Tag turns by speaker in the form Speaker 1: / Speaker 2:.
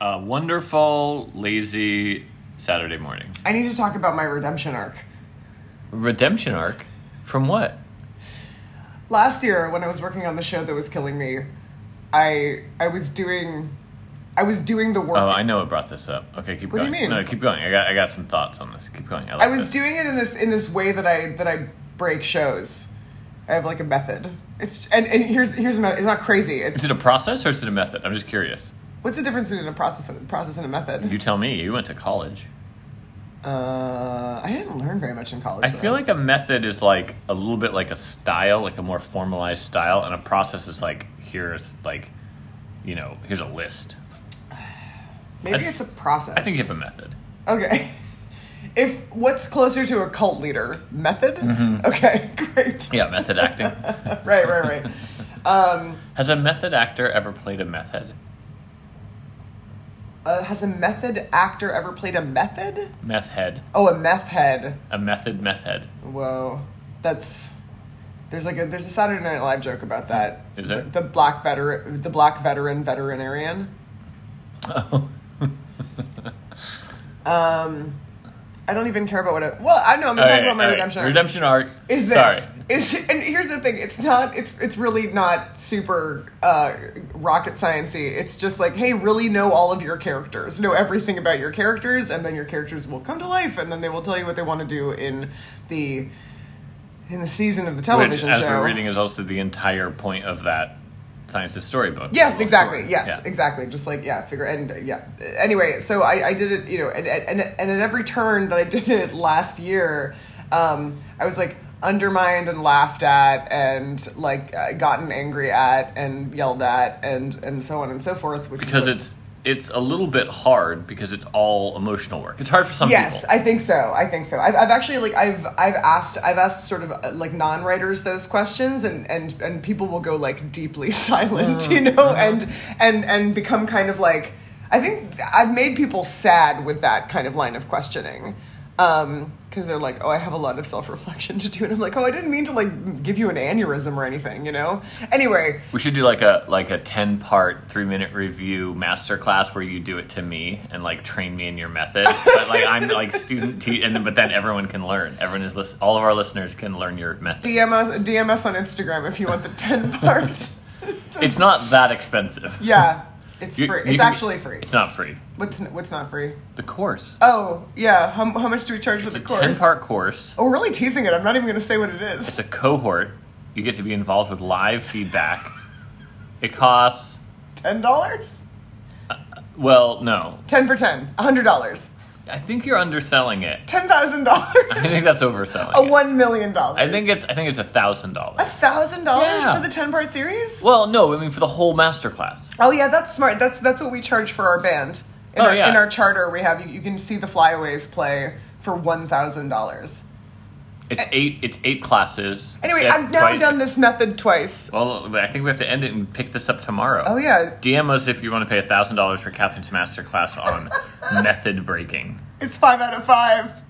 Speaker 1: a wonderful, lazy Saturday morning.
Speaker 2: I need to talk about my redemption arc.
Speaker 1: Redemption arc? From what?
Speaker 2: Last year, when I was working on the show that was killing me, I I was doing I was doing the work.
Speaker 1: Oh, I know what brought this up. Okay, keep
Speaker 2: What do
Speaker 1: going.
Speaker 2: you mean?
Speaker 1: No, keep going. I got I got some thoughts on this. Keep going. I, like
Speaker 2: I was
Speaker 1: this.
Speaker 2: doing it in this in this way that I that I break shows. I have like a method. It's and, and here's here's another, it's not crazy. It's
Speaker 1: Is it a process or is it a method? I'm just curious.
Speaker 2: what's the difference between a process and process and a method?
Speaker 1: You tell me. You went to college.
Speaker 2: Uh, I didn't learn very much in college.
Speaker 1: I
Speaker 2: though.
Speaker 1: feel like a method is like a little bit like a style, like a more formalized style, and a process is like here's like, you know, here's a list.
Speaker 2: maybe
Speaker 1: I-
Speaker 2: it's a process.
Speaker 1: I think you have a method.
Speaker 2: Okay. If what's closer to a cult leader method?
Speaker 1: Mm-hmm.
Speaker 2: Okay, great.
Speaker 1: Yeah, method acting.
Speaker 2: right, right, right.
Speaker 1: Has a method actor ever played a method?
Speaker 2: Uh, has a method actor ever played a method?
Speaker 1: Meth head.
Speaker 2: Oh, a meth head.
Speaker 1: A method meth head.
Speaker 2: Whoa, that's there's like a there's a Saturday Night Live joke about that.
Speaker 1: Is there?
Speaker 2: the, the black veteran the black veteran veterinarian?
Speaker 1: Oh.
Speaker 2: Um, I don't even care about what. It, well, I know I'm gonna
Speaker 1: All
Speaker 2: talk
Speaker 1: right,
Speaker 2: about my
Speaker 1: all right.
Speaker 2: redemption. arc.
Speaker 1: Redemption arc.
Speaker 2: Is this
Speaker 1: Sorry.
Speaker 2: is and here's the thing. It's not. It's it's really not super uh, rocket sciency. It's just like hey, really know all of your characters, know everything about your characters, and then your characters will come to life, and then they will tell you what they want to do in the in the season of the
Speaker 1: Which,
Speaker 2: television
Speaker 1: as
Speaker 2: show.
Speaker 1: we're reading, is also the entire point of that science of storybook.
Speaker 2: Yes,
Speaker 1: Story.
Speaker 2: exactly. Yes,
Speaker 1: Yeah.
Speaker 2: exactly. Just like yeah, figure and uh, yeah. Anyway, so I, I did it, you know, and, and and at every turn that I did it last year, um, I was like undermined and laughed at and like uh, gotten angry at and yelled at and and so on and so forth. Which is
Speaker 1: Because
Speaker 2: what-
Speaker 1: it's it's a little bit hard because it's all emotional work. It's hard for some
Speaker 2: yes,
Speaker 1: people.
Speaker 2: I think so. I think so. I've, I've actually like I've I've asked I've asked sort of uh, like non writers those questions, and and and people will go like deeply silent, you
Speaker 1: Mm,
Speaker 2: know,
Speaker 1: uh-huh.
Speaker 2: and and and become kind of like I think I've made people sad with that kind of line of questioning. Um, because they're like, oh, I have a lot of self reflection to do, and I'm like, oh, I didn't mean to like give you an aneurysm or anything, you know. Anyway,
Speaker 1: We should do like a like a ten part three minute review master class where you do it to me and like train me in your method. But like I'm like student te- and then, but then everyone can learn. Everyone is lis- all of our listeners can learn your method.
Speaker 2: DM us DM us on Instagram if you want the ten part.
Speaker 1: It's not that expensive.
Speaker 2: yeah, it's
Speaker 1: You-
Speaker 2: free.
Speaker 1: you
Speaker 2: It's
Speaker 1: can-
Speaker 2: actually free.
Speaker 1: It's not free.
Speaker 2: What's n- what's not free?
Speaker 1: The course.
Speaker 2: Oh yeah, how, how much do we charge for the
Speaker 1: It's a
Speaker 2: course?
Speaker 1: ten part course.
Speaker 2: Oh, we're really teasing it. I'm not even going to say what it is.
Speaker 1: It's a cohort. You get to be involved with live feedback. It costs
Speaker 2: Ten dollars?
Speaker 1: well, no.
Speaker 2: Ten for ten. A hundred dollars.
Speaker 1: I think you're underselling it.
Speaker 2: Ten thousand
Speaker 1: I
Speaker 2: dollars.
Speaker 1: think that's overselling.
Speaker 2: A
Speaker 1: it.
Speaker 2: one million dollars.
Speaker 1: I think it's I think it's a thousand
Speaker 2: a
Speaker 1: dollars.
Speaker 2: thousand dollars
Speaker 1: Yeah.
Speaker 2: for the ten part series.
Speaker 1: Well, no, I mean for the whole master class.
Speaker 2: Oh yeah, that's smart. That's that's what we charge for our band. In,
Speaker 1: Oh,
Speaker 2: our,
Speaker 1: yeah.
Speaker 2: in our charter, we have you, you can see the flyaways play for one thousand dollars.
Speaker 1: It's eight. It's eight classes.
Speaker 2: Anyway,
Speaker 1: Except
Speaker 2: I've now
Speaker 1: twice-
Speaker 2: done this method twice.
Speaker 1: Well, I think we have to end it and pick this up tomorrow.
Speaker 2: Oh yeah,
Speaker 1: DM us if you want to pay thousand dollars for Catherine's masterclass on method breaking.
Speaker 2: it's five out of five.